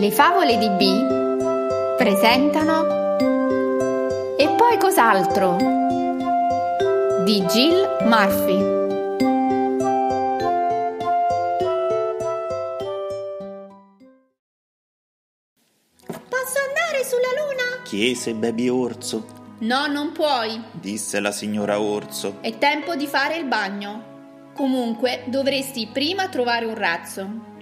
Le favole di B presentano E poi cos'altro di Jill Murphy. Posso andare sulla luna? Chiese Baby Orso, No, non puoi. disse la signora Orso. È tempo di fare il bagno. Comunque dovresti prima trovare un razzo.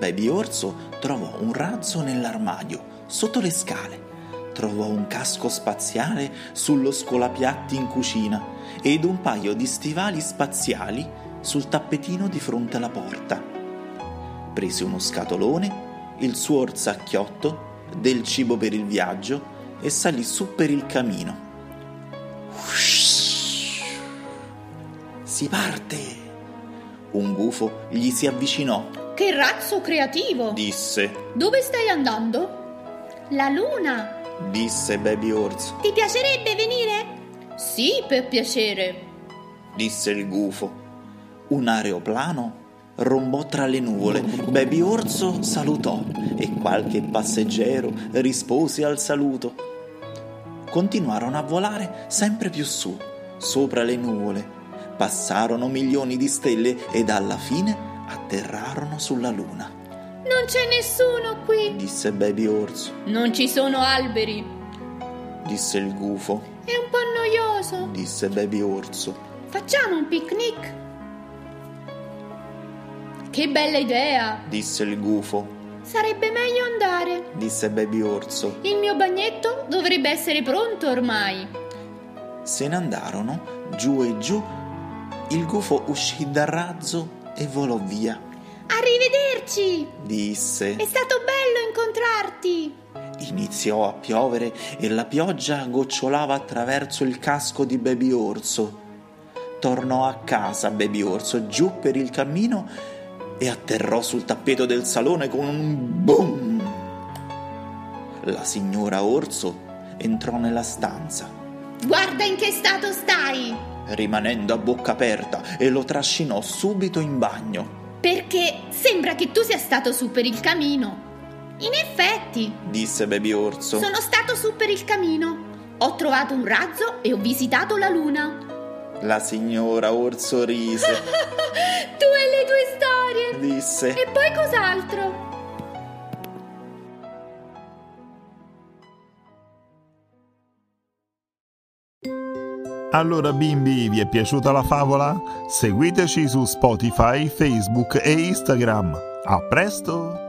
Baby Orso trovò un razzo nell'armadio, sotto le scale. Trovò un casco spaziale sullo scolapiatti in cucina ed un paio di stivali spaziali sul tappetino di fronte alla porta. Prese uno scatolone, il suo orsacchiotto, del cibo per il viaggio e salì su per il camino. Si parte! Un gufo gli si avvicinò, Che razzo creativo! disse. Dove stai andando? La luna! disse Baby Orso, Ti piacerebbe venire? Sì, per piacere. disse il gufo. Un aeroplano rombò tra le nuvole. Baby Orso salutò e qualche passeggero rispose al saluto. Continuarono a volare sempre più su, sopra le nuvole. Passarono milioni di stelle ed alla fine atterrarono sulla luna, Non c'è nessuno qui! disse Baby Orso, Non ci sono alberi. disse il gufo, È un po' noioso! disse Baby Orso. Facciamo un picnic! Che bella idea! Disse il gufo, Sarebbe meglio andare! disse Baby Orso. Il mio bagnetto dovrebbe essere pronto ormai. Se ne andarono giù e giù. Il gufo uscì dal razzo e volò via. Arrivederci! Disse. È stato bello incontrarti! Iniziò a piovere e la pioggia gocciolava attraverso il casco di Baby Orso. Tornò a casa Baby Orso giù per il cammino e atterrò sul tappeto del salone con un boom. La signora Orso entrò nella stanza. Guarda in che stato stai! rimanendo a bocca aperta e lo trascinò subito in bagno, Perché sembra che tu sia stato su per il camino. In effetti, disse Baby Orso. sono stato su per il camino. Ho trovato un razzo e ho visitato la luna. La signora Orso rise, Tu e le tue storie! disse. E poi cos'altro? Allora bimbi, vi è piaciuta la favola? Seguiteci su Spotify, Facebook e Instagram. A presto!